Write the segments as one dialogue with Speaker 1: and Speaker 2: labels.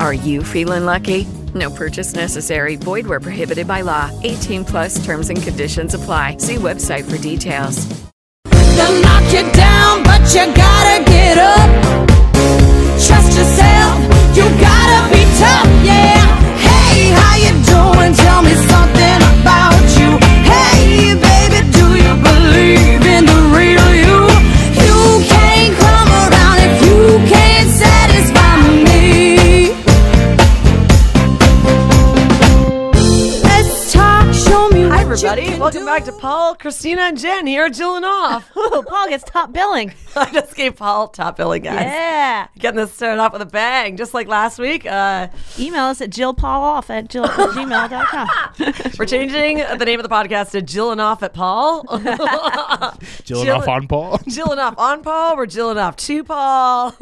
Speaker 1: Are you feeling lucky? No purchase necessary. Void where prohibited by law. 18 plus terms and conditions apply. See website for details.
Speaker 2: They'll knock you down, but you gotta get up. Trust yourself, you gotta be tough, yeah. Hey, how you doing? Tell me something about you. Hey, baby, do you believe in the real you? You can't come around if you can't satisfy me. Let's talk, show me
Speaker 3: Hi,
Speaker 2: what you
Speaker 3: everybody.
Speaker 2: can
Speaker 3: Welcome
Speaker 2: do.
Speaker 3: back to Paul, Christina, and Jen here at Jill and Off.
Speaker 4: Ooh, Paul gets top billing.
Speaker 3: I just gave Paul top billing, guys.
Speaker 4: Yeah.
Speaker 3: Getting this started off with a bang, just like last week. Uh,
Speaker 4: Email us at jillpauloff at jill at gmail.com.
Speaker 3: we're changing the name of the podcast to Jill and Off at Paul.
Speaker 5: Jilling
Speaker 3: Jill-
Speaker 5: off on Paul.
Speaker 3: Jill and Off on Paul. We're Jill and Off to Paul.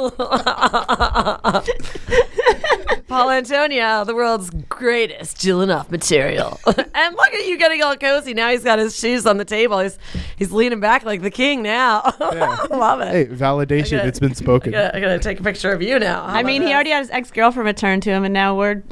Speaker 3: Paul Antonio, the world's greatest Jill and Off material. and look at you getting all cozy. Now he's got his shoes on the table. He's he's leaning back like the king now. Love it.
Speaker 5: Hey, validation.
Speaker 3: gotta-
Speaker 5: it's been spoken.
Speaker 3: Yeah, I'm gonna take a picture of you now. How
Speaker 4: I mean,
Speaker 3: about
Speaker 4: he
Speaker 3: that?
Speaker 4: already had his ex girlfriend return to him, and now we're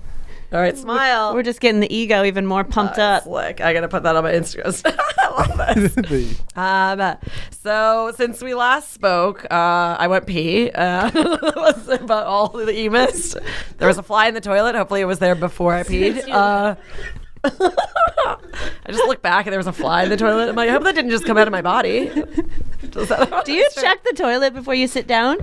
Speaker 3: All right, smile.
Speaker 4: we're just getting the ego even more pumped up.
Speaker 3: Slick. I gotta put that on my Instagram. I love this.
Speaker 5: The-
Speaker 3: Um, so since we last spoke, uh, I went pee. Uh, was about all that you missed. There was a fly in the toilet. Hopefully, it was there before I peed. Uh, I just looked back and there was a fly in the toilet. I'm like, I hope that didn't just come out of my body. Does that-
Speaker 4: Do you check the toilet before you sit down?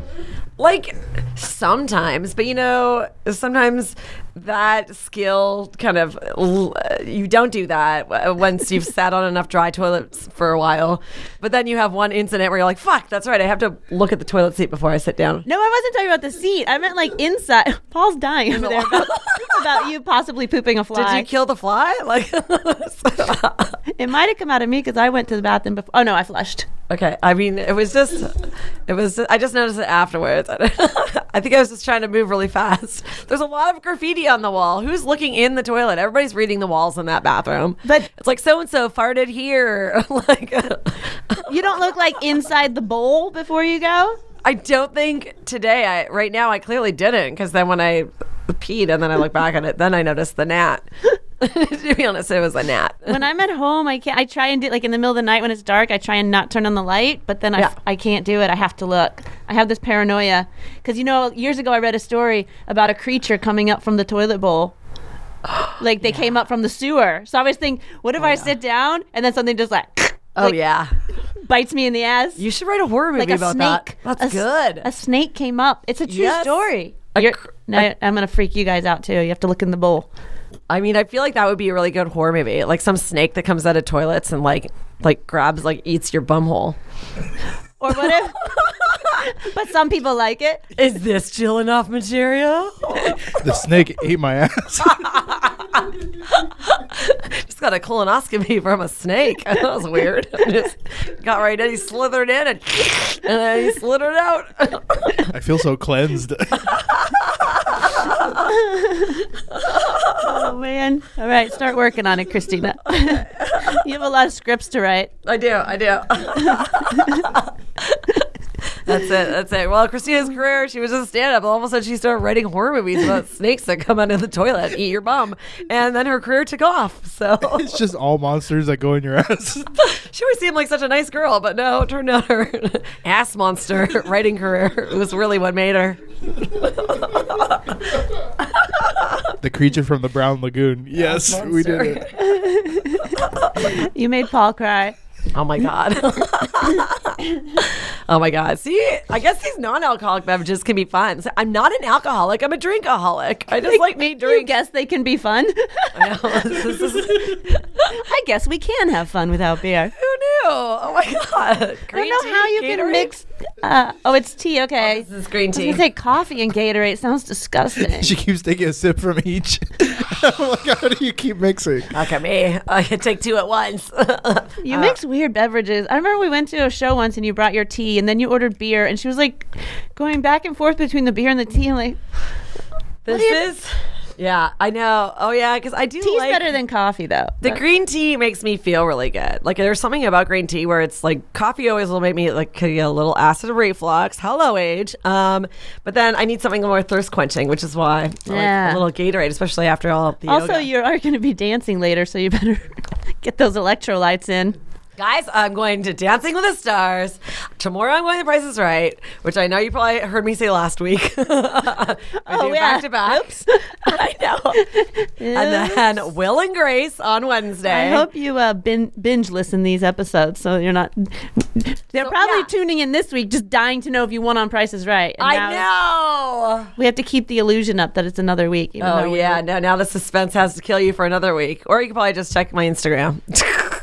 Speaker 3: like sometimes but you know sometimes that skill kind of l- you don't do that w- once you've sat on enough dry toilets for a while but then you have one incident where you're like fuck that's right i have to look at the toilet seat before i sit down
Speaker 4: No, I wasn't talking about the seat. I meant like inside. Paul's dying over there about, about you possibly pooping a
Speaker 3: did
Speaker 4: fly.
Speaker 3: you kill the fly like
Speaker 4: it might have come out of me because I went to the bathroom before. Oh no, I flushed.
Speaker 3: okay i mean it was just it was i just noticed it afterwards i think i was just trying to move really fast there's a lot of graffiti on the wall who's looking in the toilet everybody's reading the walls in that bathroom
Speaker 4: But
Speaker 3: It's like so and so farted here. like
Speaker 4: you don't look like inside the bowl before you go.
Speaker 3: I don't think today. I right now I clearly didn't because then when I peed and then I look back at it, then I noticed the gnat. to be honest, it was a gnat.
Speaker 4: when I'm at home, I can't. I try and do like in the middle of the night when it's dark. I try and not turn on the light, but then I f-
Speaker 3: Yeah.
Speaker 4: I can't do it. I have to look. I have this paranoia because you know years ago I read a story about a creature coming up from the toilet bowl. Like they came up from the sewer. So I always think, what if I sit down and then something just like,
Speaker 3: Oh
Speaker 4: like,
Speaker 3: yeah,
Speaker 4: bites me in the ass?
Speaker 3: you should write a horror movie
Speaker 4: like a
Speaker 3: about
Speaker 4: snake.
Speaker 3: that.
Speaker 4: a
Speaker 3: That's
Speaker 4: s-
Speaker 3: good.
Speaker 4: A snake came up. It's a true
Speaker 3: Yes.
Speaker 4: story.
Speaker 3: A
Speaker 4: You're-
Speaker 3: cr-
Speaker 4: now I- I'm gonna freak you guys out too. You have to look in the bowl.
Speaker 3: I mean, I feel like that would be a really good horror movie. Like some snake that comes out of toilets and like like grabs like eats your bumhole.
Speaker 4: Or what if? but some people like it.
Speaker 3: Is this chill enough material?
Speaker 5: the snake ate my ass.
Speaker 3: just got a colonoscopy from a snake. that was weird. just got right in, he slithered in, and, and then he slithered out.
Speaker 5: I feel so cleansed.
Speaker 4: Oh man! All right, start working on it, Christina. you have a lot of scripts to write.
Speaker 3: I do, I do. that's it, that's it. Well, Christina's career, she was a stand up. All of a sudden, she started writing horror movies about snakes that come out of the toilet, eat your bum. And then her career took off. So
Speaker 5: it's just all monsters that go in your ass.
Speaker 3: she always seemed like such a nice girl, but no, it turned out her ass monster writing career was really what made her.
Speaker 5: the creature from the brown lagoon. Yes, we did it.
Speaker 4: You made Paul cry.
Speaker 3: Oh my god. oh my god. See, I guess these non-alcoholic beverages can be fun. So I'm not an alcoholic. I'm a drinkaholic. I just like me
Speaker 4: You
Speaker 3: drink.
Speaker 4: guess they can be fun.
Speaker 3: This is- Who
Speaker 4: I guess we can have fun without beer.
Speaker 3: knew? Oh my god.
Speaker 4: I
Speaker 3: Green
Speaker 4: don't know
Speaker 3: tea,
Speaker 4: how you
Speaker 3: Gatorade?
Speaker 4: can mix. Uh, oh, it's tea. Okay.
Speaker 3: This is green
Speaker 4: I
Speaker 3: tea.
Speaker 4: was gonna say coffee and Gatorade It sounds disgusting.
Speaker 5: She keeps taking a sip from each. I'm like, how do you keep mixing?
Speaker 3: Look at me. I can take two at once.
Speaker 4: You mix weird beverages. I remember we went to a show once and you brought your tea and then you ordered beer and she was like going back and forth between the beer and the tea. I'm like,
Speaker 3: this is. Yeah, I know. Oh yeah, because I do
Speaker 4: tea's
Speaker 3: like
Speaker 4: better than coffee though.
Speaker 3: The
Speaker 4: But-
Speaker 3: green tea makes me feel really good. Like there's something about green tea where it's like coffee always will make me like get a little acid reflux. Hello, age. Um, but then I need something more thirst quenching, which is why I
Speaker 4: Yeah.
Speaker 3: like a little Gatorade, especially after all the
Speaker 4: also,
Speaker 3: yoga.
Speaker 4: you are going to be dancing later, so you better get those electrolytes in.
Speaker 3: guys. I'm going to Dancing with the Stars tomorrow. I'm going to Price is Right, which I know you probably heard me say last week. I do
Speaker 4: Oh, yeah.
Speaker 3: back to back. I know. And then Will and Grace on Wednesday.
Speaker 4: I hope you uh, bin- binge listen these episodes so you're not. They're probably
Speaker 3: yeah.
Speaker 4: tuning in this week, just dying to know if you won on Price is Right. And now
Speaker 3: I know.
Speaker 4: We have to keep the illusion up that it's another week. even
Speaker 3: Oh
Speaker 4: though we-
Speaker 3: yeah, no. Now the suspense has to kill you for another week, or you can probably just check my Instagram.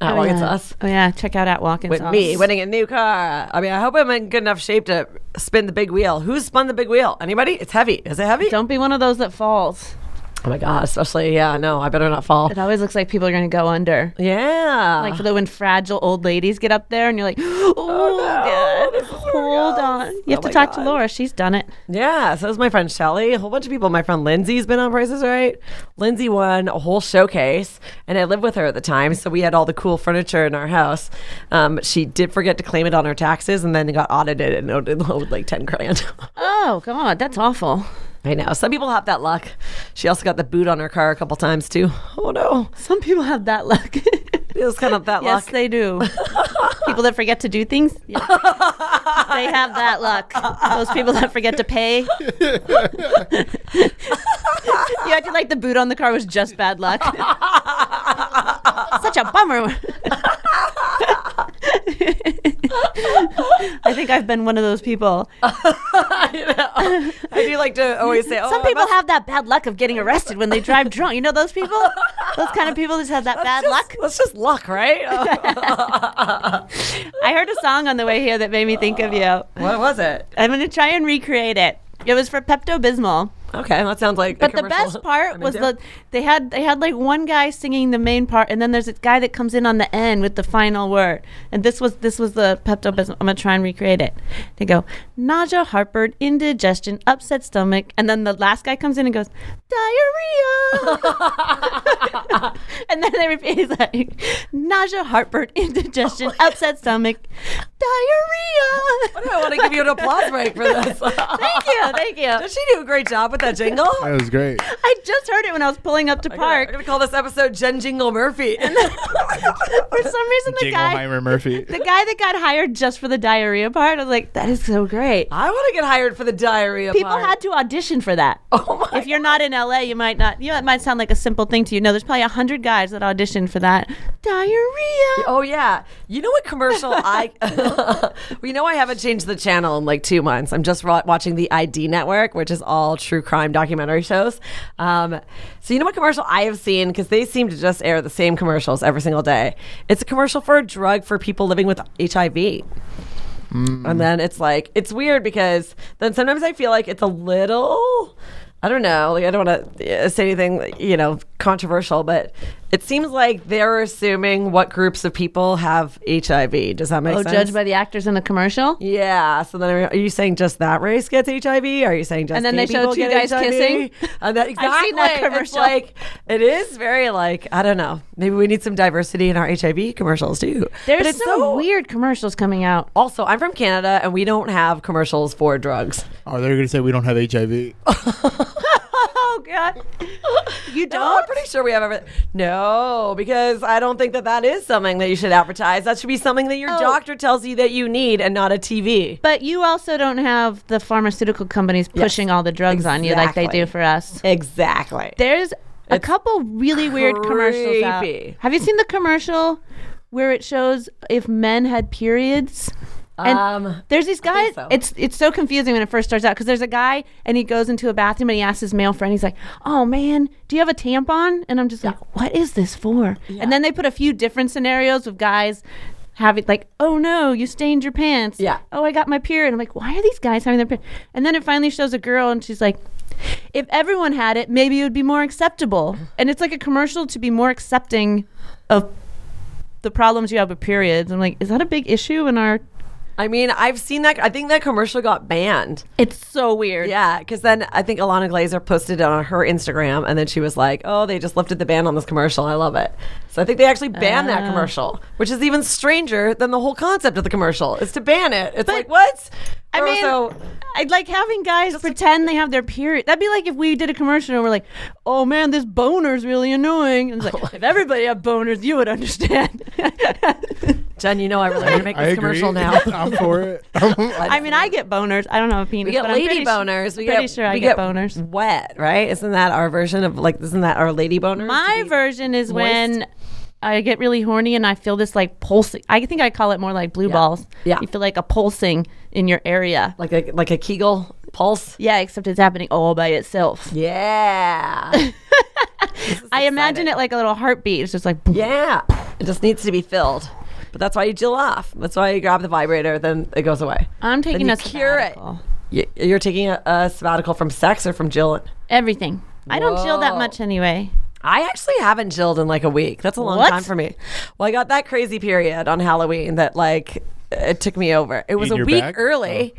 Speaker 3: At
Speaker 4: Oh,
Speaker 3: Walk and
Speaker 4: yeah.
Speaker 3: Sauce
Speaker 4: Oh yeah, check out at Watkins
Speaker 3: with me winning a new car. I mean, I hope I'm in good enough shape to spin the big wheel. Who spun the big wheel? Anybody? It's heavy. Is it heavy?
Speaker 4: Don't be one of those that falls.
Speaker 3: Oh my god! Especially yeah. No, I better not fall.
Speaker 4: It always looks like people are going to go under.
Speaker 3: Yeah.
Speaker 4: Like for the when fragile old ladies get up there and you're like, oh,
Speaker 3: no,
Speaker 4: God,
Speaker 3: this is where it
Speaker 4: hold
Speaker 3: goes.
Speaker 4: on. You have
Speaker 3: Oh
Speaker 4: to
Speaker 3: my
Speaker 4: talk to
Speaker 3: God.
Speaker 4: Laura. She's done it.
Speaker 3: Yeah, so is my friend Shelly. A whole bunch of people. My friend Lindsay's been on Prices Right. Lindsay won a whole showcase, and I lived with her at the time, so we had all the cool furniture in our house. Um, she did forget to claim it on her taxes, and then it got audited and owed owed, like ten grand.
Speaker 4: Oh God, that's awful.
Speaker 3: I know. Some people have that luck. She also got the boot on her car a couple times too. Oh no,
Speaker 4: Some people have that luck.
Speaker 3: it was kind of that
Speaker 4: yes,
Speaker 3: luck.
Speaker 4: they do. people that forget to do things, yeah. they have that luck. Those people that forget to pay. you acted like the boot on the car was just bad luck. Such a bummer. I think I've been one of those people.
Speaker 3: I do like to always say, "Oh,
Speaker 4: Some
Speaker 3: I
Speaker 4: people
Speaker 3: must-
Speaker 4: have that bad luck of getting arrested when they drive drunk. You know those people? Those kind of people just have that bad
Speaker 3: just-
Speaker 4: luck.
Speaker 3: That's just luck, right? Oh,
Speaker 4: I heard a song on the way here that made me think of you.
Speaker 3: what was it?
Speaker 4: I'm going to try and recreate it. It was for Pepto Bismol.
Speaker 3: Okay, that sounds like. a
Speaker 4: But the
Speaker 3: commercial
Speaker 4: best
Speaker 3: I'm
Speaker 4: part was
Speaker 3: into.
Speaker 4: the they had they had like one guy singing the main part, and then there's this guy that comes in on the end with the final word. And this was this was the Pepto Bismol. I'm gonna try and recreate it. They go nausea, heartburn, indigestion, upset stomach, and then the last guy comes in and goes diarrhea. and then they repeat he's like nausea, heartburn,
Speaker 3: Oh
Speaker 4: indigestion, upset stomach, diarrhea.
Speaker 3: I want to give you an applause break for this.
Speaker 4: Thank you, thank you.
Speaker 3: Does she do a great job with that jingle?
Speaker 5: That was great.
Speaker 4: I just heard it when I was pulling up to
Speaker 3: We're
Speaker 4: park.
Speaker 3: gonna call this episode Jen Jingle Murphy.
Speaker 4: For some reason, the guy
Speaker 5: Jingleheimer Murphy.
Speaker 4: the guy that got hired just for the diarrhea part, I was like, that is so great.
Speaker 3: I want to get hired for the diarrhea.
Speaker 4: People
Speaker 3: part.
Speaker 4: had to audition for that.
Speaker 3: Oh my
Speaker 4: if you're not in LA, you might not. You know, it might sound like a simple thing to you. No, there's probably a hundred guys that auditioned for that diarrhea.
Speaker 3: Oh yeah, you know what commercial I? you know I haven't changed the channel in like two months. I'm just ro- watching the ID Network, which is all true crime documentary shows. Um, so you know what commercial I have seen because they seem to just air the same commercials every single day. It's a commercial for a drug for people living with HIV. And then it's like it's weird because then sometimes I feel like it's a little I don't know, like I don't want to say anything, you know, controversial, but it seems like they're assuming what groups of people have HIV. Does that make
Speaker 4: Oh,
Speaker 3: sense?
Speaker 4: judged by the actors in the commercial.
Speaker 3: yeah. So then, are you saying just that race gets HIV? Are you saying just
Speaker 4: And then
Speaker 3: gay
Speaker 4: they show
Speaker 3: people
Speaker 4: two
Speaker 3: get
Speaker 4: guys
Speaker 3: HIV?
Speaker 4: kissing.
Speaker 3: And Uh, that, exactly.
Speaker 4: I've seen that
Speaker 3: It's
Speaker 4: commercial.
Speaker 3: like it is very like I don't know. Maybe we need some diversity in our HIV commercials too.
Speaker 4: There's
Speaker 3: But
Speaker 4: some
Speaker 3: it's so Oh,
Speaker 4: weird commercials coming out.
Speaker 3: also, I'm from Canada and we don't have commercials for drugs.
Speaker 5: Are they going to Oh, say we don't have HIV?
Speaker 4: Oh God, you don't.
Speaker 3: No, I'm pretty sure we have everything. No, because I don't think that that is something that you should advertise. That should be something that your
Speaker 4: Oh.
Speaker 3: doctor tells you that you need and not a TV.
Speaker 4: but you also don't have the pharmaceutical companies pushing all the drugs on you like they
Speaker 3: exactly.
Speaker 4: do for us.
Speaker 3: Exactly.
Speaker 4: There's a couple really weird commercials out.
Speaker 3: creepy.
Speaker 4: Have you seen the commercial where it shows if men had periods. And
Speaker 3: Um,
Speaker 4: there's these guys.
Speaker 3: so.
Speaker 4: It's it's so confusing when it first starts out because there's a guy and he goes into a bathroom and he asks his male friend. He's like, "Oh man, do you have a tampon?" And I'm just like, "What is this for?" And then they put a few different scenarios of guys having like, "Oh no, you stained your pants."
Speaker 3: Yeah.
Speaker 4: Oh, I got my period. I'm like, why are these guys having their period? And then it finally shows a girl and she's like. If everyone had it, maybe it would be more acceptable. And it's like a commercial to be more accepting of the problems you have with periods. I'm like, is that a big issue in our
Speaker 3: I mean, I've seen that. I think that commercial got banned.
Speaker 4: It's so weird.
Speaker 3: Yeah, because then I think Alana Glazer posted it on her Instagram, and then she was like, "Oh, they just lifted the ban on this commercial. I love it." So I think they actually banned
Speaker 4: Ah.
Speaker 3: that commercial, which is even stranger than the whole concept of the commercial is to ban it. It's like what?
Speaker 4: I mean, I'd like having guys pretend they have their period. That'd be like if we did a commercial and we're like, "Oh man, this boner's really annoying." And it's like, if everybody had boners, you would understand.
Speaker 3: Jen, you know I really want to make
Speaker 5: I
Speaker 3: this
Speaker 5: agree.
Speaker 3: commercial now.
Speaker 5: I'm for it. I'm-
Speaker 4: I mean, I get boners. I don't have a penis.
Speaker 3: We get
Speaker 4: but I'm
Speaker 3: lady
Speaker 4: pretty su-
Speaker 3: boners. We
Speaker 4: pretty
Speaker 3: get,
Speaker 4: sure I
Speaker 3: we
Speaker 4: get, boners.
Speaker 3: Wet, right? Isn't that our version of like? Isn't that our lady boners?
Speaker 4: My
Speaker 3: We-
Speaker 4: version is when I get really horny and I feel this like pulsing. I think I call it more like blue balls.
Speaker 3: Yeah.
Speaker 4: you feel like a pulsing in your area.
Speaker 3: like a like a Kegel pulse.
Speaker 4: Yeah, except it's happening all by itself.
Speaker 3: Yeah,
Speaker 4: I imagine it like a little heartbeat. It's just like boom.
Speaker 3: yeah. It just needs to be filled. But that's why you jill off. That's why you grab the vibrator. Then it goes away.
Speaker 4: I'm taking
Speaker 3: you
Speaker 4: a
Speaker 3: cure it.
Speaker 4: sabbatical.
Speaker 3: Y- You're taking a, a sabbatical from sex or from jilling?
Speaker 4: Everything. I don't chill that
Speaker 3: Whoa.
Speaker 4: much anyway.
Speaker 3: I actually haven't chilled in like a week. That's a long
Speaker 4: What?
Speaker 3: time for me. Well, I got that crazy period on Halloween that like it took me over. It was
Speaker 5: In
Speaker 3: a
Speaker 5: your
Speaker 3: week
Speaker 5: bag? Oh.
Speaker 3: early.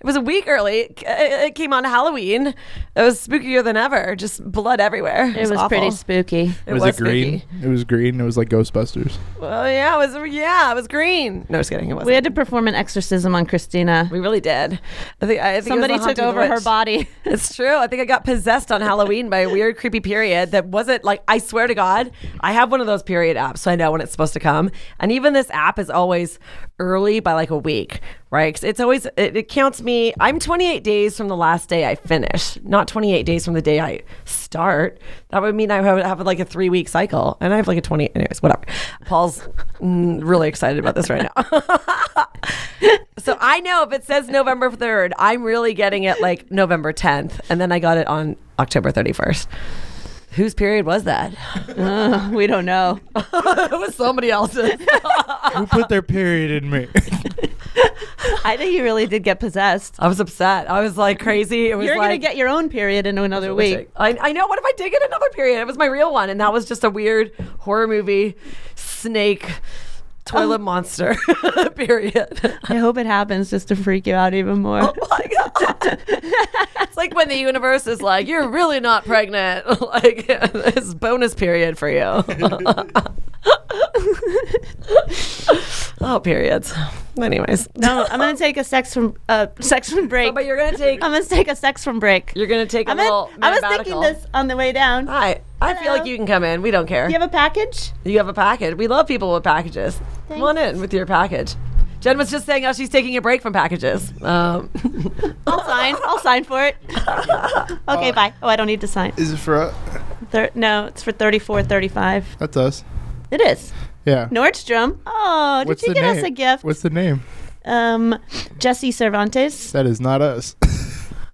Speaker 3: It was a week early. It, it came on Halloween. It was spookier than ever. Just blood everywhere. It,
Speaker 4: It was
Speaker 3: awful.
Speaker 4: pretty spooky.
Speaker 3: It
Speaker 5: was,
Speaker 3: was
Speaker 5: it green?
Speaker 3: spooky.
Speaker 5: It was green. It was like Ghostbusters.
Speaker 3: Well, yeah, it was. Yeah, it was green. No, just kidding. It wasn't.
Speaker 4: We had to perform an exorcism on Christina.
Speaker 3: We really did. I think, I think it was
Speaker 4: Somebody
Speaker 3: the
Speaker 4: took
Speaker 3: haunting
Speaker 4: over her
Speaker 3: witch.
Speaker 4: body.
Speaker 3: It's true. I think I got possessed on Halloween by a weird, creepy period that wasn't like, I swear to God, I have one of those period apps, so I know when it's supposed to come. And even this app is always early by like a week, right? 'Cause it's always, it, it counts me, I'm 28 days from the last day I finish, not 28 days from the day I start. That would mean I would have like a three week cycle, and I have like a 20, anyways, whatever. Paul's mm, really excited about this right now. So I know if it says November 3rd, I'm really getting it like November 10th. And then I got it on October 31st. Whose period was that?
Speaker 4: we don't know.
Speaker 3: it was somebody else's.
Speaker 5: Who put their period in me?
Speaker 4: I think you really did get possessed.
Speaker 3: I was upset. I was like crazy. It was
Speaker 4: You're gonna
Speaker 3: like,
Speaker 4: get your own period in another week.
Speaker 3: I, I know. What if I did get another period? It was my real one. And that was just a weird horror movie snake toilet
Speaker 4: Um,
Speaker 3: monster period.
Speaker 4: I hope it happens just to freak you out even more.
Speaker 3: Oh. It's like when the universe is like, you're really not pregnant. like, it's bonus period for you. oh, periods. Anyways.
Speaker 4: no, I'm gonna take a sex from uh, sex from break.
Speaker 3: But you're going to take,
Speaker 4: I'm gonna take a sex from break.
Speaker 3: you're going to take a
Speaker 4: I'm gonna-
Speaker 3: little. Ah.
Speaker 4: I was
Speaker 3: sabbatical.
Speaker 4: thinking this on the way down.
Speaker 3: Hi. I feel
Speaker 4: Hello.
Speaker 3: like you can come in. We don't care.
Speaker 4: Do you have a package?
Speaker 3: You have a package. We love people with packages. Come on in with your package. Jen was just saying how she's taking a break from packages. Um,
Speaker 4: I'll sign. I'll sign for it. okay, bye. Oh, I don't need to sign.
Speaker 5: Is it for us?
Speaker 4: Thir- no, it's for 34, 35.
Speaker 5: That's us.
Speaker 4: It is.
Speaker 5: Yeah.
Speaker 4: Nordstrom. Oh, did you
Speaker 5: the
Speaker 4: get
Speaker 5: name?
Speaker 4: us a gift?
Speaker 5: What's the name?
Speaker 4: um, Jesse Cervantes.
Speaker 5: That is not us.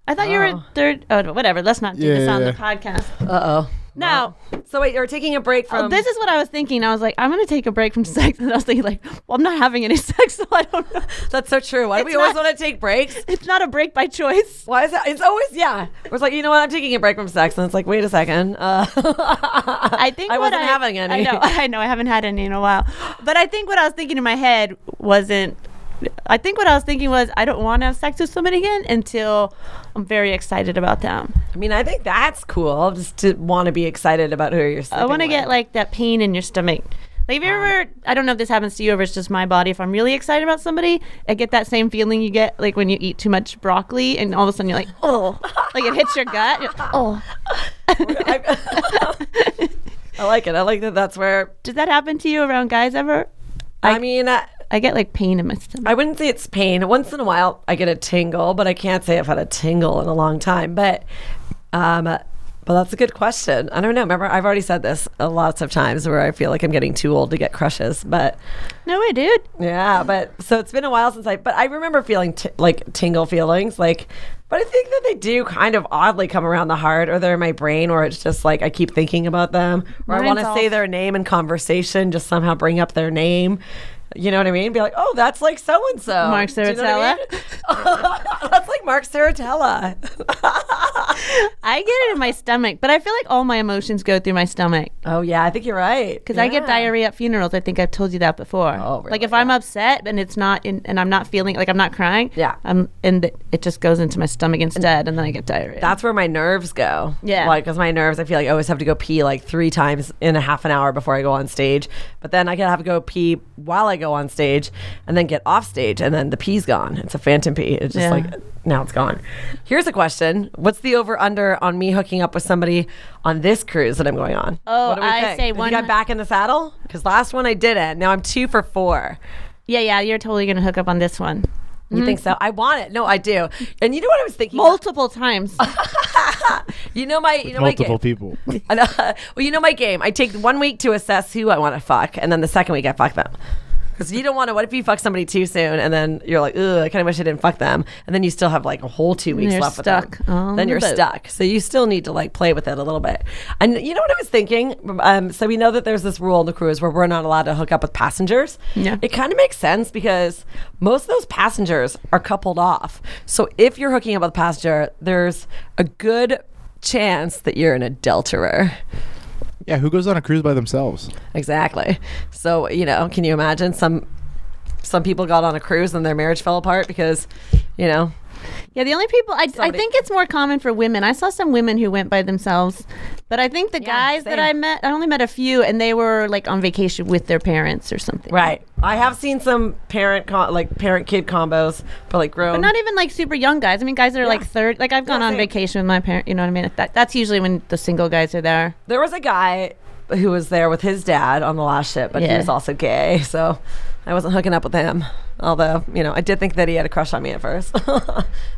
Speaker 4: I thought you were third. Oh, whatever. Let's not do
Speaker 5: Yeah,
Speaker 4: this
Speaker 5: yeah,
Speaker 4: on
Speaker 5: yeah.
Speaker 4: the podcast.
Speaker 3: uh oh.
Speaker 4: Now,
Speaker 3: So wait, you're taking a break from.
Speaker 4: Oh, this is what I was thinking. I was like, I'm going to take a break from sex. And I was thinking, like, well, I'm not having any sex, so I don't know.
Speaker 3: That's so true. Why do
Speaker 4: It's
Speaker 3: we always
Speaker 4: not-
Speaker 3: want to take breaks?
Speaker 4: It's not a break by choice.
Speaker 3: Why is that? It's always yeah. It's like you know what? I'm taking a break from sex, and it's like wait a second. Uh,
Speaker 4: I think
Speaker 3: I
Speaker 4: what
Speaker 3: wasn't having any.
Speaker 4: I know, I know, I haven't had any in a while. But I think what I was thinking in my head wasn't. I think what I was thinking was I don't want to have sex with someone again until I'm very excited about them.
Speaker 3: I mean, I think that's cool. Just to want to be excited about who you're.
Speaker 4: I want to
Speaker 3: sleeping
Speaker 4: get
Speaker 3: with.
Speaker 4: like that pain in your stomach. Like, have you ever? I don't know if this happens to you, or if it's just my body. If I'm really excited about somebody, I get that same feeling you get like when you eat too much broccoli, and all of a sudden you're like, oh, like it hits your gut. You're like, oh,
Speaker 3: Oh. I, I like it. I like that. That's where.
Speaker 4: does that happen to you around guys ever?
Speaker 3: I, mean, I,
Speaker 4: I get like pain in my stomach.
Speaker 3: I wouldn't say it's pain. Once in a while, I get a tingle, but I can't say I've had a tingle in a long time. But, um, Well, that's a good question. I don't know. Remember, I've already said this uh, lots of times where I feel like I'm getting too old to get crushes, but
Speaker 4: No way, dude.
Speaker 3: yeah, but so it's been a while since I, but I remember feeling t- like tingle feelings, like, but I think that they do kind of oddly come around the heart or they're in my brain or it's just like I keep thinking about them or I want
Speaker 4: Mine's
Speaker 3: to
Speaker 4: all-
Speaker 3: say their name in conversation, just somehow bring up their name. You know what I mean? Be like, oh, that's like so and so.
Speaker 4: Mark
Speaker 3: that's like Mark Saratella.
Speaker 4: I get it in my stomach, but I feel like all my emotions go through my stomach
Speaker 3: oh, yeah, I think you're right.
Speaker 4: because I get diarrhea at funerals. I think I've told you that before.
Speaker 3: Oh, really?
Speaker 4: Like if I'm upset and it's not, in, and I'm not feeling like I'm not crying.
Speaker 3: Yeah.
Speaker 4: I'm, and th- it just goes into my stomach instead, and then I get diarrhea.
Speaker 3: That's where my nerves go.
Speaker 4: Yeah.
Speaker 3: Like, because my nerves, I feel like I always have to go pee like three times in a half an hour before I go on stage. But then I can have to go pee while I go on stage and then get off stage and then the pee's gone. It's a phantom pee. It's just
Speaker 4: Yeah.
Speaker 3: like, now it's gone. Here's a question What's the over under on me hooking up with somebody on this cruise that I'm going on?
Speaker 4: Oh,
Speaker 3: What do we
Speaker 4: I
Speaker 3: think?
Speaker 4: say
Speaker 3: You
Speaker 4: one-
Speaker 3: got back in the saddle? Because last one I didn't. Now I'm two for four.
Speaker 4: yeah, yeah. You're totally gonna hook up on this one
Speaker 3: You think
Speaker 4: Mm-hmm.
Speaker 3: so? I want it. No, I do. And you know what I was thinking?
Speaker 4: multiple times.
Speaker 3: You know my you know my
Speaker 5: Multiple
Speaker 3: game.
Speaker 5: people.
Speaker 3: And, uh, well, you know my game. I take one week to assess who I want to fuck, and then the second week I fuck them. Because you don't want to. What if you fuck somebody too soon, and then you're like, "Ugh, I kind of wish I didn't fuck them," and then you still have like a whole two weeks
Speaker 4: you're
Speaker 3: left with
Speaker 4: stuck
Speaker 3: them.
Speaker 4: on
Speaker 3: Then
Speaker 4: the
Speaker 3: you're
Speaker 4: boat.
Speaker 3: stuck. So you still need to like play with it a little bit. And you know what I was thinking? Um, so we know that there's this rule on the cruise where we're not allowed to hook up with passengers.
Speaker 4: Yeah.
Speaker 3: It kind of makes sense because most of those passengers are coupled off. So if you're hooking up with a passenger, there's a good chance that you're an adulterer.
Speaker 5: yeah, who goes on a cruise by themselves?
Speaker 3: Exactly. So, you know, can you imagine some some people got on a cruise and their marriage fell apart because, you know,
Speaker 4: Yeah, the only people I, I think it's more common for women. I saw some women who went by themselves, but I think the guys that I met, I only met a few, and they were like on vacation with their parents or something.
Speaker 3: right. I have seen some parent com- like parent kid combos, but like grown.
Speaker 4: But not even like super young guys. I mean, guys that are like third. Like I've gone on
Speaker 3: same.
Speaker 4: vacation with my parents. You know what I mean? That, that's usually when the single guys are there.
Speaker 3: there was a guy who was there with his dad on the last ship, but he
Speaker 4: Yeah.
Speaker 3: was also gay, so I wasn't hooking up with him. Although, you know, I did think that he had a crush on me at first.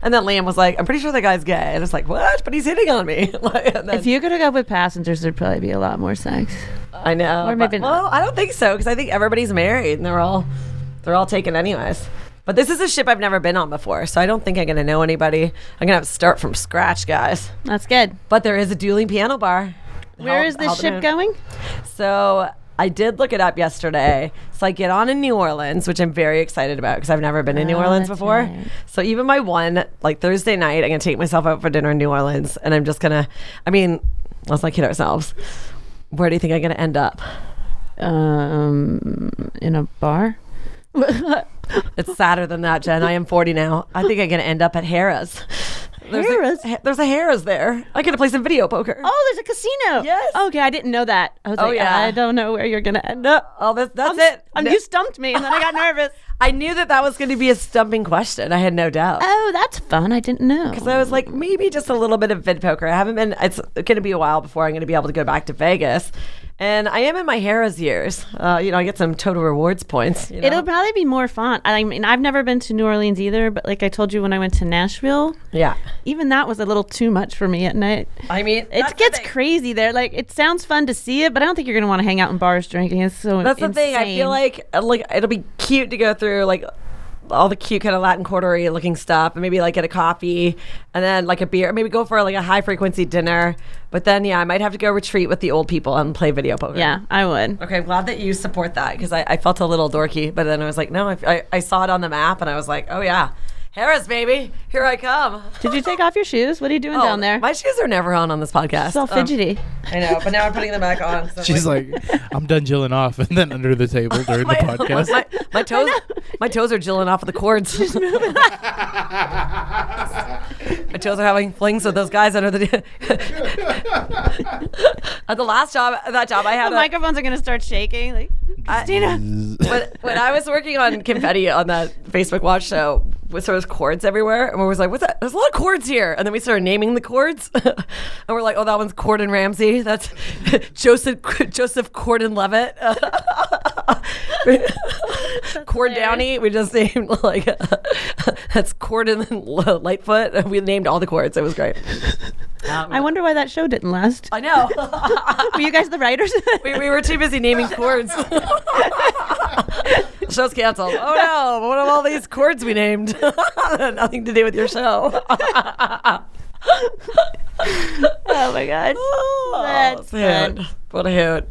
Speaker 3: and then Liam was like, I'm pretty sure that guy's gay. And it's like, what? But he's hitting on me. Like, and then-
Speaker 4: If you could hook up with passengers, there'd probably be a lot more sex.
Speaker 3: I know.
Speaker 4: Or
Speaker 3: but-
Speaker 4: maybe not.
Speaker 3: well, I don't think so because I think everybody's married and they're all they're all taken anyways. But this is a ship I've never been on before, so I don't think I'm gonna know anybody. I'm gonna have to start from scratch, guys.
Speaker 4: That's good.
Speaker 3: But there is a dueling piano bar.
Speaker 4: Where is this ship going?
Speaker 3: So I did look it up yesterday. So I get on in New Orleans, which I'm very excited about because I've never been in New Orleans
Speaker 4: Oh, that's
Speaker 3: before.
Speaker 4: right.
Speaker 3: So even my one like Thursday night, I'm gonna take myself out for dinner in New Orleans, and I'm just gonna. I mean, let's not kid ourselves. Where do you think I'm gonna end up?
Speaker 4: Um, in a bar.
Speaker 3: It's sadder than that, Jen. I am 40 now. I think I'm going to end up at Harrah's. There's
Speaker 4: Harrah's?
Speaker 3: A, ha- there's a Harrah's there. I got to play some video poker.
Speaker 4: Oh, there's a casino.
Speaker 3: Yes.
Speaker 4: Okay, I didn't know that. I was
Speaker 3: Oh,
Speaker 4: like,
Speaker 3: yeah.
Speaker 4: I don't know where you're gonna end up.
Speaker 3: Oh, that's, that's
Speaker 4: I'm-
Speaker 3: it.
Speaker 4: I'm,
Speaker 3: No-
Speaker 4: You stumped me, and then I got nervous.
Speaker 3: I knew that that was going to be a stumping question. I had no doubt.
Speaker 4: Oh, that's fun. I didn't know.
Speaker 3: So I was like, maybe just a little bit of vid poker. I haven't been, it's going to be a while before I'm going to be able to go back to Vegas. And I am in my Harrah's years. Uh, you know, I get some total rewards points. you know?
Speaker 4: It'll probably be more fun. I mean, I've never been to New Orleans either, but like I told you when I went to Nashville,
Speaker 3: yeah.
Speaker 4: even that was a little too much for me at night.
Speaker 3: I mean, that's
Speaker 4: It
Speaker 3: the
Speaker 4: gets
Speaker 3: thing.
Speaker 4: crazy there. Like it sounds fun to see it, but I don't think you're gonna want to hang out in bars drinking. It's so
Speaker 3: That's the thing. I
Speaker 4: insane.
Speaker 3: feel like uh, like it'll be cute to go through like all the cute kind of Latin quartery looking stuff, and maybe like get a coffee, and then like a beer, maybe go for like a high frequency dinner. But then yeah, I might have to go retreat with the old people and play video poker.
Speaker 4: yeah, I would.
Speaker 3: Okay, I'm glad that you support that because I, I felt a little dorky, but then I was like, no, I, I, I saw it on the map, and I was like, oh yeah, Harris, baby, here I come.
Speaker 4: Did you take off your shoes? What are you doing down there?
Speaker 3: Oh, My shoes are never on on this podcast.
Speaker 4: it's all
Speaker 3: Um,
Speaker 4: fidgety.
Speaker 3: I know, but now I'm putting them back on. 'cause I'm
Speaker 5: She's like, I'm done chilling off, and then under the table during the podcast.
Speaker 3: My, my toes, my toes are jilling off of the cords. my toes are having flings with those guys under the. At the last job, that job I had, uh,
Speaker 4: the
Speaker 3: a-
Speaker 4: microphones are gonna start shaking. Like, Christina.
Speaker 3: when, when I was working on confetti on that Facebook Watch show, was there was cords everywhere, and we was like, "What's that? There's a lot of cords here." And then we started naming the cords, and we're like, "Oh, that one's Corden Ramsey. That's Joseph Joseph Corden Levitt, Cord Downey." We just named like that's Corden Lightfoot. We named all the cords. It was great.
Speaker 4: I wonder why that show didn't last.
Speaker 3: I know.
Speaker 4: Were you guys the writers?
Speaker 3: we, we were too busy naming chords. Show's canceled. Oh no! What of all these chords we named? Nothing to do with your show.
Speaker 4: oh my god. That's
Speaker 3: hoot.
Speaker 4: fun.
Speaker 3: What a hoot.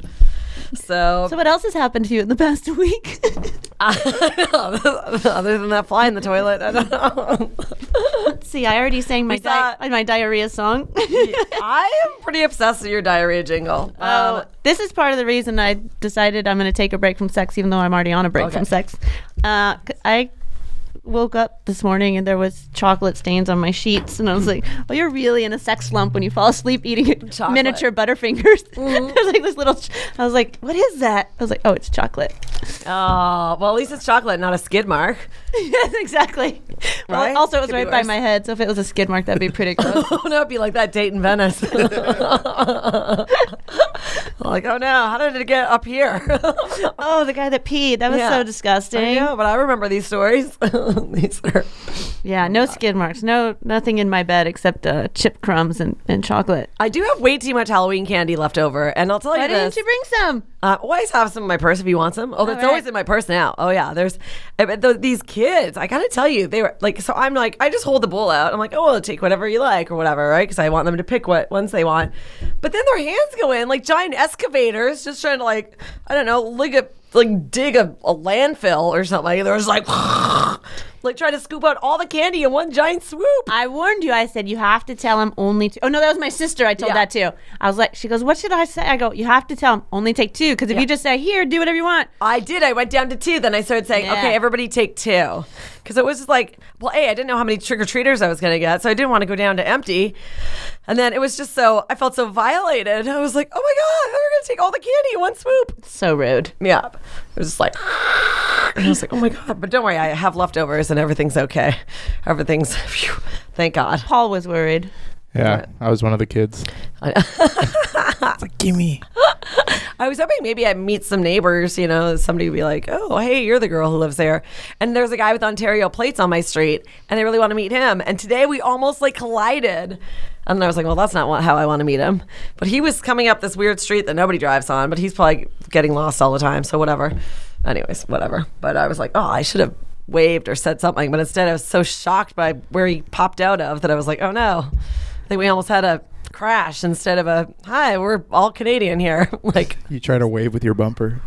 Speaker 3: So,
Speaker 4: So what else has happened to you in the past week?
Speaker 3: other than that fly in the toilet, I don't know.
Speaker 4: Let's see, I already sang my di-
Speaker 3: saw-
Speaker 4: my diarrhea song.
Speaker 3: I am pretty obsessed with your diarrhea jingle. Um,
Speaker 4: Oh, this is part of the reason I decided I'm going to take a break from sex, even though I'm already on a break from sex. Uh, c- I woke up this morning and there was chocolate stains on my sheets, and I was like, "Oh, you're really in a sex slump when you fall asleep eating miniature Butterfingers."
Speaker 3: Mm-hmm.
Speaker 4: There's like this little. Ch- I was like, "What is that?" I was like, "Oh, it's chocolate."
Speaker 3: oh, well, at least it's chocolate, not a skid mark.
Speaker 4: yes, exactly. Well,
Speaker 3: Right?
Speaker 4: also, it was
Speaker 3: Could be
Speaker 4: right by
Speaker 3: worse.
Speaker 4: my head, so if it was a skid mark, that'd be pretty gross.
Speaker 3: Oh no, it'd be like that date in Venice. like, oh no, how did it get up here?
Speaker 4: oh, the guy that peed. That was
Speaker 3: Yeah.
Speaker 4: so disgusting.
Speaker 3: I know, but I remember these stories. these are
Speaker 4: Yeah, no skid marks, no nothing in my bed except uh, chip crumbs and, and chocolate.
Speaker 3: I do have way too much Halloween candy left over, and I'll tell you
Speaker 4: Why
Speaker 3: this.
Speaker 4: didn't you bring some?
Speaker 3: Uh, always have some in my purse if you want some. Oh, that's
Speaker 4: right.
Speaker 3: always in my purse now. Oh yeah, there's I mean, th- these kids. I gotta tell you, they were like. So I'm like, I just hold the bowl out. I'm like, oh, well, take whatever you like or whatever, right? Because I want them to pick what ones they want. But then their hands go in like giant excavators, just trying to like, I don't know, like a like dig a, a landfill or something. Like, they're just like, like trying to scoop out all the candy in one giant swoop.
Speaker 4: I warned you. I said you have to tell him only two. Oh no, that was my sister. I told
Speaker 3: Yeah.
Speaker 4: that too. I was like, she goes, "What should I say?" I go, "You have to tell him only take two because if you just say here, do whatever you want."
Speaker 3: I did. I went down to two. Then I started saying,
Speaker 4: Yeah.
Speaker 3: okay, everybody take two. Because it was just like, well, A, I didn't know how many trick or treaters I was going to get. So I didn't want to go down to empty. And then it was just so, I felt so violated. I was like, oh my God, they're going to take all the candy in one swoop.
Speaker 4: So rude.
Speaker 3: Yeah. It was just like, and I was like, oh my God. But don't worry, I have leftovers and everything's okay. Everything's, phew, thank God.
Speaker 4: Paul was worried.
Speaker 5: Yeah, I was one of the kids. It's like, gimme.
Speaker 3: I was hoping maybe I'd meet some neighbors, you know, somebody would be like, oh, hey, you're the girl who lives there. And there's a guy with Ontario plates on my street, and I really want to meet him. And today we almost like collided. And then I was like, well, that's not what, how I want to meet him. But he was coming up this weird street that nobody drives on, but he's probably getting lost all the time. So whatever. Anyways, whatever. But I was like, oh, I should have waved or said something. But instead, I was so shocked by where he popped out of that I was like, oh no. I think we almost had a crash instead of a hi, we're all Canadian here. like,
Speaker 5: You try to wave with your bumper.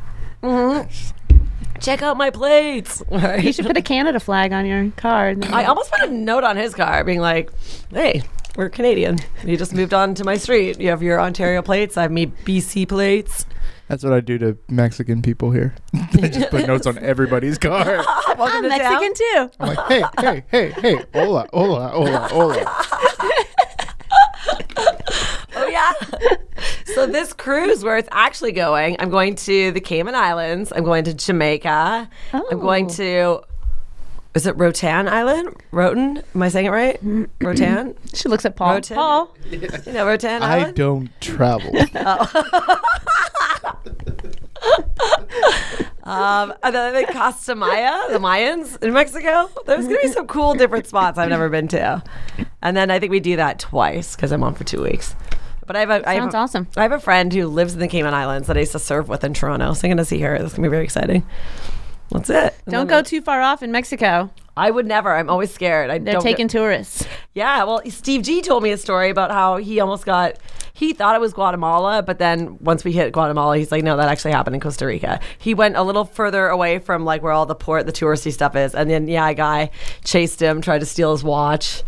Speaker 3: check out my plates. Right?
Speaker 4: You should put a Canada flag on your car. and then-
Speaker 3: I almost put a note on his car being like, hey, we're Canadian. You just moved on to my street. You have your Ontario plates. I have me BC plates.
Speaker 5: That's what I do to Mexican people here. they just put notes on everybody's car.
Speaker 3: Welcome
Speaker 4: I'm
Speaker 3: to town.
Speaker 4: Mexican too.
Speaker 5: I'm like, hey, hey, hey, hey, hola, hola, hola, hola.
Speaker 3: Oh, yeah. so this cruise where it's actually going, I'm going to the Cayman Islands. I'm going to Jamaica.
Speaker 4: Oh.
Speaker 3: I'm going to... Is it Rotan Island? Rotan? Am I saying it right? Rotan?
Speaker 4: She looks at Paul.
Speaker 3: Rotate.
Speaker 4: Paul,
Speaker 3: You know Rotan Island?
Speaker 5: I don't travel.
Speaker 3: And then they Costa Maya, the Mayans in Mexico. There's gonna be some cool different spots I've never been to. And then I think we do that twice because I'm on for two weeks. But I have a I have
Speaker 4: Sounds
Speaker 3: a-
Speaker 4: awesome.
Speaker 3: I have a friend who lives in the Cayman Islands that I used to serve with in Toronto. So I'm gonna see her. It's gonna be very exciting. That's it. And
Speaker 4: don't
Speaker 3: then-
Speaker 4: go too far off in Mexico.
Speaker 3: I would never. I'm always scared. I
Speaker 4: They're
Speaker 3: don't
Speaker 4: taking
Speaker 3: get-
Speaker 4: tourists.
Speaker 3: yeah, well, Steve G told me a story about how he almost got. He thought it was Guatemala, but then once we hit Guatemala, he's like, "No, that actually happened in Costa Rica." He went a little further away from like where all the port, the touristy stuff is, and then yeah, a guy chased him, tried to steal his watch.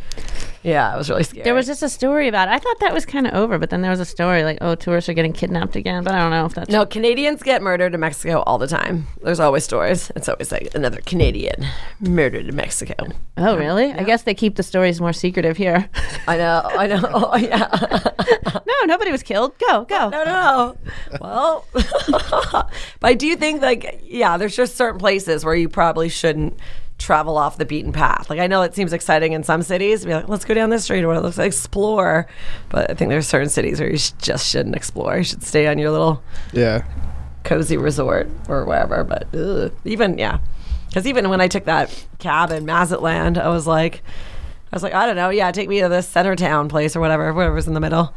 Speaker 3: Yeah, it was really scary.
Speaker 4: There was just a story about. It. I thought that was kind of over, but then there was a story like, oh, tourists are getting kidnapped again. But I don't know if that's
Speaker 3: no Canadians get murdered in Mexico all the time. There's always stories. It's always like another Canadian murdered in Mexico.
Speaker 4: Oh, really? I guess they keep the stories more secretive here.
Speaker 3: I know, I know. Oh, yeah.
Speaker 4: no, nobody was killed. Go, go.
Speaker 3: I don't know. Well, but I do think like yeah, there's just certain places where you probably shouldn't travel off the beaten path. Like I know it seems exciting in some cities, to be like, let's go down this street or what it looks like, explore. But I think there's certain cities where you sh- just shouldn't explore. You should stay on your little
Speaker 5: yeah.
Speaker 3: cozy resort or wherever. But ugh. even yeah, because even when I took that cab in Mazatland, I was like, I was like, I don't know. Yeah, take me to this center town place or whatever, whatever's in the middle,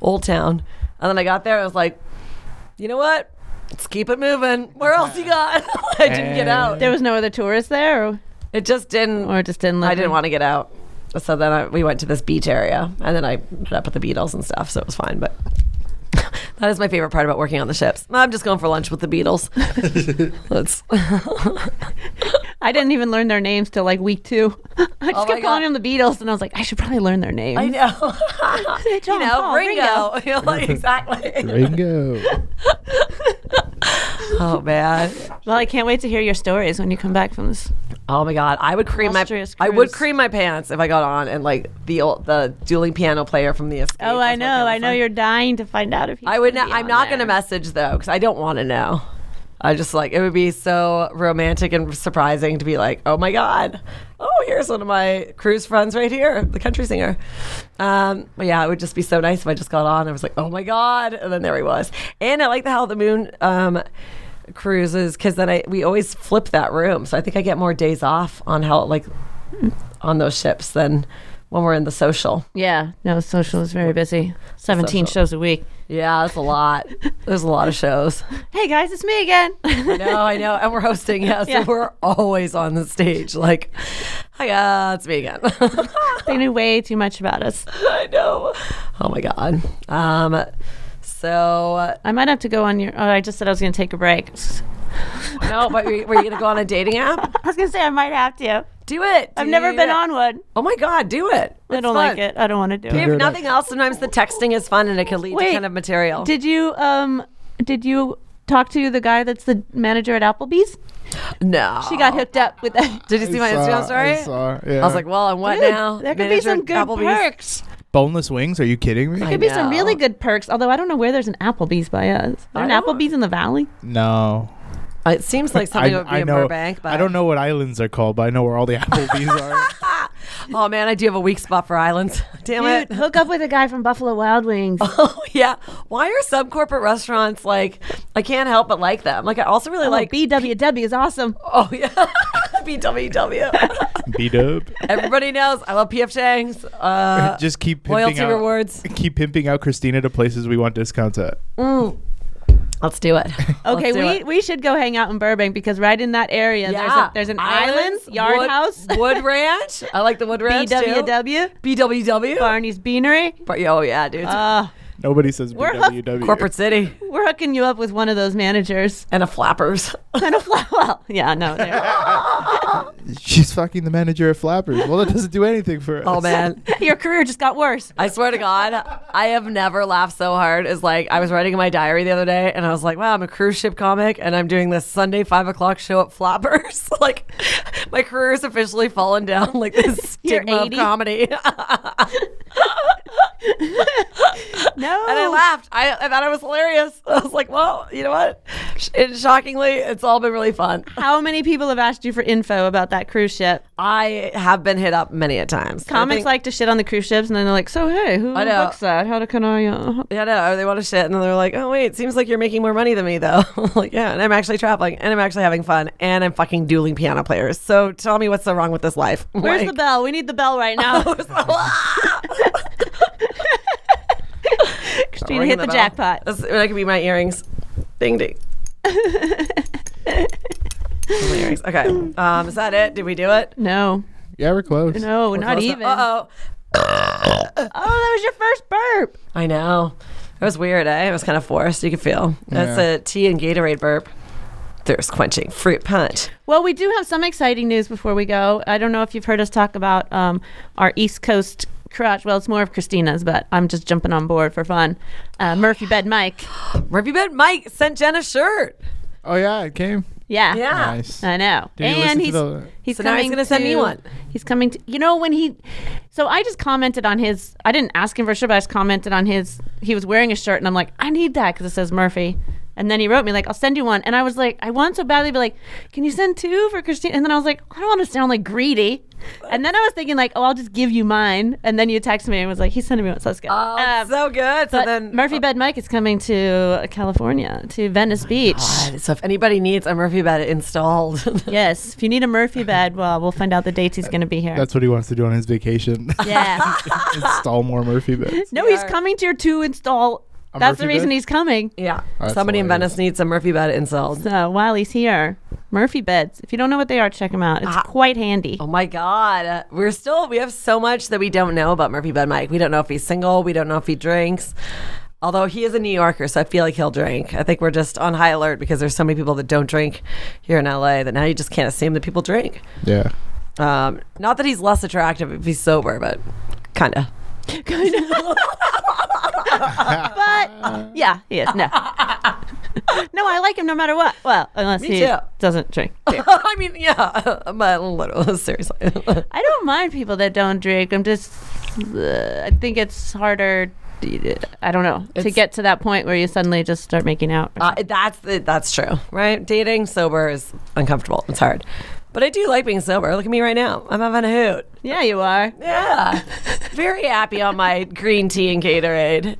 Speaker 3: old town. And then I got there. I was like, you know what? Let's keep it moving. Where else you got? I didn't get out.
Speaker 4: There was no other tourists there, or,
Speaker 3: It just didn't.
Speaker 4: or it just didn't. Look
Speaker 3: I didn't
Speaker 4: like-
Speaker 3: want to get out. So then I, we went to this beach area, and then I met up with the Beatles and stuff. So it was fine. But that is my favorite part about working on the ships. I'm just going for lunch with the Beatles. That's
Speaker 4: I didn't even learn their names till like week two. I just
Speaker 3: my
Speaker 4: kept calling
Speaker 3: God.
Speaker 4: them the Beatles, and I was like, Oh I should probably learn their names.
Speaker 3: I know.
Speaker 4: John,
Speaker 3: you know,
Speaker 4: Paul,
Speaker 3: Ringo. You know, like, exactly.
Speaker 5: Ringo.
Speaker 3: Oh man.
Speaker 4: Well, I can't wait to hear your stories when you come back from this.
Speaker 3: Oh my god. I would cream my
Speaker 4: Illustrious
Speaker 3: I would
Speaker 4: cruise.
Speaker 3: cream my pants if I got on and like the old the dueling piano player from the escape.
Speaker 4: Oh, I
Speaker 3: was working
Speaker 4: know. I
Speaker 3: on
Speaker 4: know
Speaker 3: some-
Speaker 4: you're dying to find out if he's
Speaker 3: I would
Speaker 4: gonna
Speaker 3: not.
Speaker 4: be
Speaker 3: I'm
Speaker 4: on
Speaker 3: not going to
Speaker 4: there.
Speaker 3: message though because I don't want to know. I just like it would be so romantic and surprising to be like, oh my god, oh here's one of my cruise friends right here, the country singer. Um, but yeah, it would just be so nice if I just got on. and was like, oh my god, and then there he was. And I like the how the moon um, cruises because then I we always flip that room, so I think I get more days off on how like on those ships than when we're in the social.
Speaker 4: Yeah. No, social is very busy. 17
Speaker 3: Social.
Speaker 4: shows a week.
Speaker 3: Yeah, that's a lot. There's a lot of shows.
Speaker 4: Hey, guys, it's me again.
Speaker 3: No, I know. And we're hosting, yeah. So
Speaker 4: Yeah.
Speaker 3: we're always on the stage. Like, hiya, it's me again.
Speaker 4: they knew way too much about us.
Speaker 3: I know. Oh my God. Um, so,
Speaker 4: I might have to go on your. Oh, I just said I was going to take a break.
Speaker 3: no, but were you, were you going to go on a dating app?
Speaker 4: I was going to say I might have to.
Speaker 3: Do it.
Speaker 4: I've
Speaker 3: Do
Speaker 4: never been
Speaker 3: it.
Speaker 4: on one.
Speaker 3: Oh my God, do it.
Speaker 4: I don't like it. I don't want to do it.
Speaker 3: If nothing else, sometimes the texting is fun and it can lead to
Speaker 4: Wait,
Speaker 3: kind of material.
Speaker 4: Did you um did you talk to the guy that's the manager at Applebee's?
Speaker 3: no.
Speaker 4: She got hooked up with that.
Speaker 3: Oh. Did you see my Instagram story?
Speaker 5: I saw. Yeah.
Speaker 3: I was like, well, and what now?
Speaker 4: There could be
Speaker 3: Manager
Speaker 4: some good
Speaker 3: Applebee's.
Speaker 4: perks.
Speaker 5: boneless wings? Are you kidding me?
Speaker 4: There could be some really good perks. Although I don't know where there's an Applebee's by us. There an
Speaker 3: I don't-
Speaker 4: Applebee's in the valley?
Speaker 5: No.
Speaker 3: It seems like something would be in Burbank, but
Speaker 5: I don't know what islands are called, but I know where all the Applebee's are.
Speaker 3: Oh man, I do have a weak spot for islands. Damn it.
Speaker 4: Dude, hook up with a guy from Buffalo Wild Wings.
Speaker 3: Oh yeah. Why are some corporate restaurants like I can't help but like them? Like I also really
Speaker 4: like
Speaker 3: like
Speaker 4: BWW is awesome.
Speaker 3: Oh yeah. BWW.
Speaker 5: B dub.
Speaker 3: Everybody knows I love PF Chang's. Uh,
Speaker 5: Just keep pimping
Speaker 3: loyalty
Speaker 5: out,
Speaker 3: rewards.
Speaker 5: Keep pimping out Christina to places we want discounts at.
Speaker 3: Oh.
Speaker 4: Mm.
Speaker 3: Let's do it.
Speaker 4: Okay,
Speaker 3: do
Speaker 4: we,
Speaker 3: it.
Speaker 4: we should go hang out in Burbank because right in that area there's, a, there's an island,
Speaker 3: Islands,
Speaker 4: yard
Speaker 3: Wood-
Speaker 4: house,
Speaker 3: Wood Ranch. I like the Wood Ranch too.
Speaker 4: BWW,
Speaker 3: BWW.
Speaker 4: Barney's Beanery.
Speaker 3: But- Oh yeah, dude. It's
Speaker 4: Uh,
Speaker 5: Nobody says
Speaker 4: We're
Speaker 5: BWW.
Speaker 3: corporate city
Speaker 4: we're hooking you up with one of those managers.
Speaker 3: and a flappers.
Speaker 4: kind of flow. Well, yeah, no. they're-
Speaker 5: She's fucking the manager at Flappers. Well, that doesn't do anything for us.
Speaker 3: Oh man.
Speaker 4: Your career just got worse.
Speaker 3: I swear to God, I have never laughed so hard as like I was writing in my diary the other day, and I was like, "Wow, I'm a cruise ship comic, and I'm doing this Sunday five o'clock show at Flappers." like, my career has officially fallen down like this
Speaker 4: You're
Speaker 3: stigma of
Speaker 4: 80.
Speaker 3: comedy. and
Speaker 4: No.
Speaker 3: I laughed. I, I thought I was hilarious. I was like, "Well, you know what?" Sh- And shockingly, it's all been really fun.
Speaker 4: How many people have asked you for info about that cruise ship?
Speaker 3: I have been hit up many a times. I
Speaker 4: Comics
Speaker 3: think-
Speaker 4: like to shit on the cruise ships, and then they're like, "So hey, who
Speaker 3: I know.
Speaker 4: books that? How do- can I?" Uh,
Speaker 3: Yeah, no, or they want to shit, and then they're like, "Oh wait, it seems like you're making more money than me, though." like, yeah, and I'm actually traveling, and I'm actually having fun, and I'm fucking dueling piano players. So tell me what's so wrong with this life?
Speaker 4: Where's the
Speaker 3: Like,
Speaker 4: bell? We need the bell right now. Christina
Speaker 3: ringing
Speaker 4: hit the,
Speaker 3: bell.
Speaker 4: jackpot.
Speaker 3: That's, that could be my earrings. Ding ding. my earrings. Okay, um, is that it? Did we do it?
Speaker 4: No,
Speaker 5: Yeah, we're close.
Speaker 4: no, not even.
Speaker 3: Uh oh.
Speaker 4: Oh, that was your first burp.
Speaker 3: I know. It was weird, eh? It was kind of forced. You could feel. That's a tea and Gatorade burp. Thirst quenching fruit punch.
Speaker 4: Well, we do have some exciting news before we go. I don't know if you've heard us talk about um, our East Coast crush. Well, it's more of Christina's, but I'm just jumping on board for fun. Uh, Murphy Bed Mike.
Speaker 3: Murphy Bed Mike sent Jen a shirt.
Speaker 5: Oh yeah, it came.
Speaker 4: Yeah.
Speaker 3: Yeah.
Speaker 5: Nice.
Speaker 4: I know.
Speaker 5: Did you
Speaker 4: and
Speaker 5: listen
Speaker 4: he's
Speaker 5: to the-
Speaker 4: he's
Speaker 3: So now he's
Speaker 4: coming
Speaker 3: gonna send me
Speaker 4: to-
Speaker 3: one.
Speaker 4: He's coming to you know when he so I just commented on his I didn't ask him for a shirt, but I just commented on his he was wearing a shirt and I'm like, I need that because it says Murphy. And then he wrote me like, I'll send you one. And I was like, I want so badly to be like, can you send two for Christine? And then I was like, I don't want to sound like greedy. And then I was thinking like, oh, I'll just give you mine. And then you text me and was like, he's sending me one. So let's go.
Speaker 3: Oh, it's so good. So
Speaker 4: but
Speaker 3: then oh.
Speaker 4: Murphy Bed Mike is coming to California to Venice Beach.
Speaker 3: God, so if anybody needs a Murphy bed installed,
Speaker 4: Yes, if you need a Murphy bed, well, we'll find out the dates he's going to be here.
Speaker 5: That's what he wants to do on his vacation.
Speaker 4: yeah.
Speaker 5: Install more Murphy beds.
Speaker 4: No, he's coming to your to install.
Speaker 5: A
Speaker 4: That's the
Speaker 5: Murphy
Speaker 4: reason
Speaker 5: bed?
Speaker 4: he's coming.
Speaker 3: yeah,
Speaker 5: That's
Speaker 3: somebody in
Speaker 5: hilarious.
Speaker 3: Venice needs a Murphy bed installed.
Speaker 4: So while he's here, Murphy beds. If you don't know what they are, check them out. It's quite handy.
Speaker 3: Oh my God. We're still, we have so much that we don't know about Murphy Bud Mike. We don't know if he's single. We don't know if he drinks. Although he is a New Yorker, so I feel like he'll drink. I think we're just on high alert because there's so many people that don't drink here in LA that now you just can't assume that people drink.
Speaker 5: Yeah.
Speaker 3: Um, not that he's less attractive if he's sober, but kind of.
Speaker 4: But yeah, he is. No. no, I like him no matter what. Well, unless he
Speaker 3: too.
Speaker 4: doesn't drink.
Speaker 3: I mean, yeah, but literally, seriously.
Speaker 4: I don't mind people that don't drink. I'm just, uh, I think it's harder. I don't know to
Speaker 3: It's-
Speaker 4: get to that point where you suddenly just start making out.
Speaker 3: Uh, that's the, that's true, right? Dating sober is uncomfortable. It's hard, but I do like being sober. Look at me right now. I'm having a hoot.
Speaker 4: yeah, you are.
Speaker 3: Yeah, very happy on my green tea and Gatorade.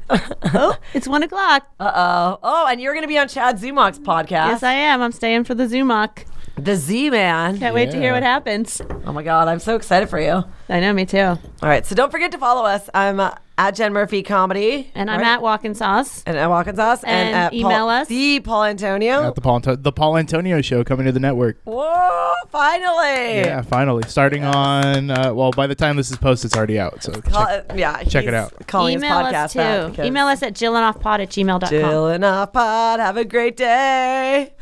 Speaker 3: oh,
Speaker 4: It's one o'clock.
Speaker 3: uh-oh. Oh, and you're going to be on Chad Zumok's podcast,
Speaker 4: Yes, I am. I'm staying for the Zumok.
Speaker 3: The Z Man.
Speaker 4: Can't wait to hear
Speaker 5: Yeah.
Speaker 4: what happens.
Speaker 3: Oh my God, I'm so excited for you.
Speaker 4: I know, me too.
Speaker 3: All right, so don't forget to follow us. I'm uh, at Jen Murphy Comedy,
Speaker 4: And I'm
Speaker 3: right?
Speaker 4: at Walking Sauce.
Speaker 3: and at Walkinsauce,
Speaker 4: And
Speaker 3: at
Speaker 4: email
Speaker 3: Paul,
Speaker 4: us.
Speaker 3: the Paul Antonio.
Speaker 5: At the Paul, Anto- the Paul Antonio show coming to the network.
Speaker 3: Whoa! Finally.
Speaker 5: Yeah, finally. Starting on, uh, well, by the time this is posted, it's already out. So
Speaker 3: Call,
Speaker 5: check-
Speaker 3: yeah,
Speaker 5: check it
Speaker 3: he's
Speaker 5: out.
Speaker 3: Calling
Speaker 4: Email
Speaker 3: his podcast
Speaker 4: us too. Email us at jillanoffpod at gmail.com.
Speaker 3: Dylan Pod. Have a great day.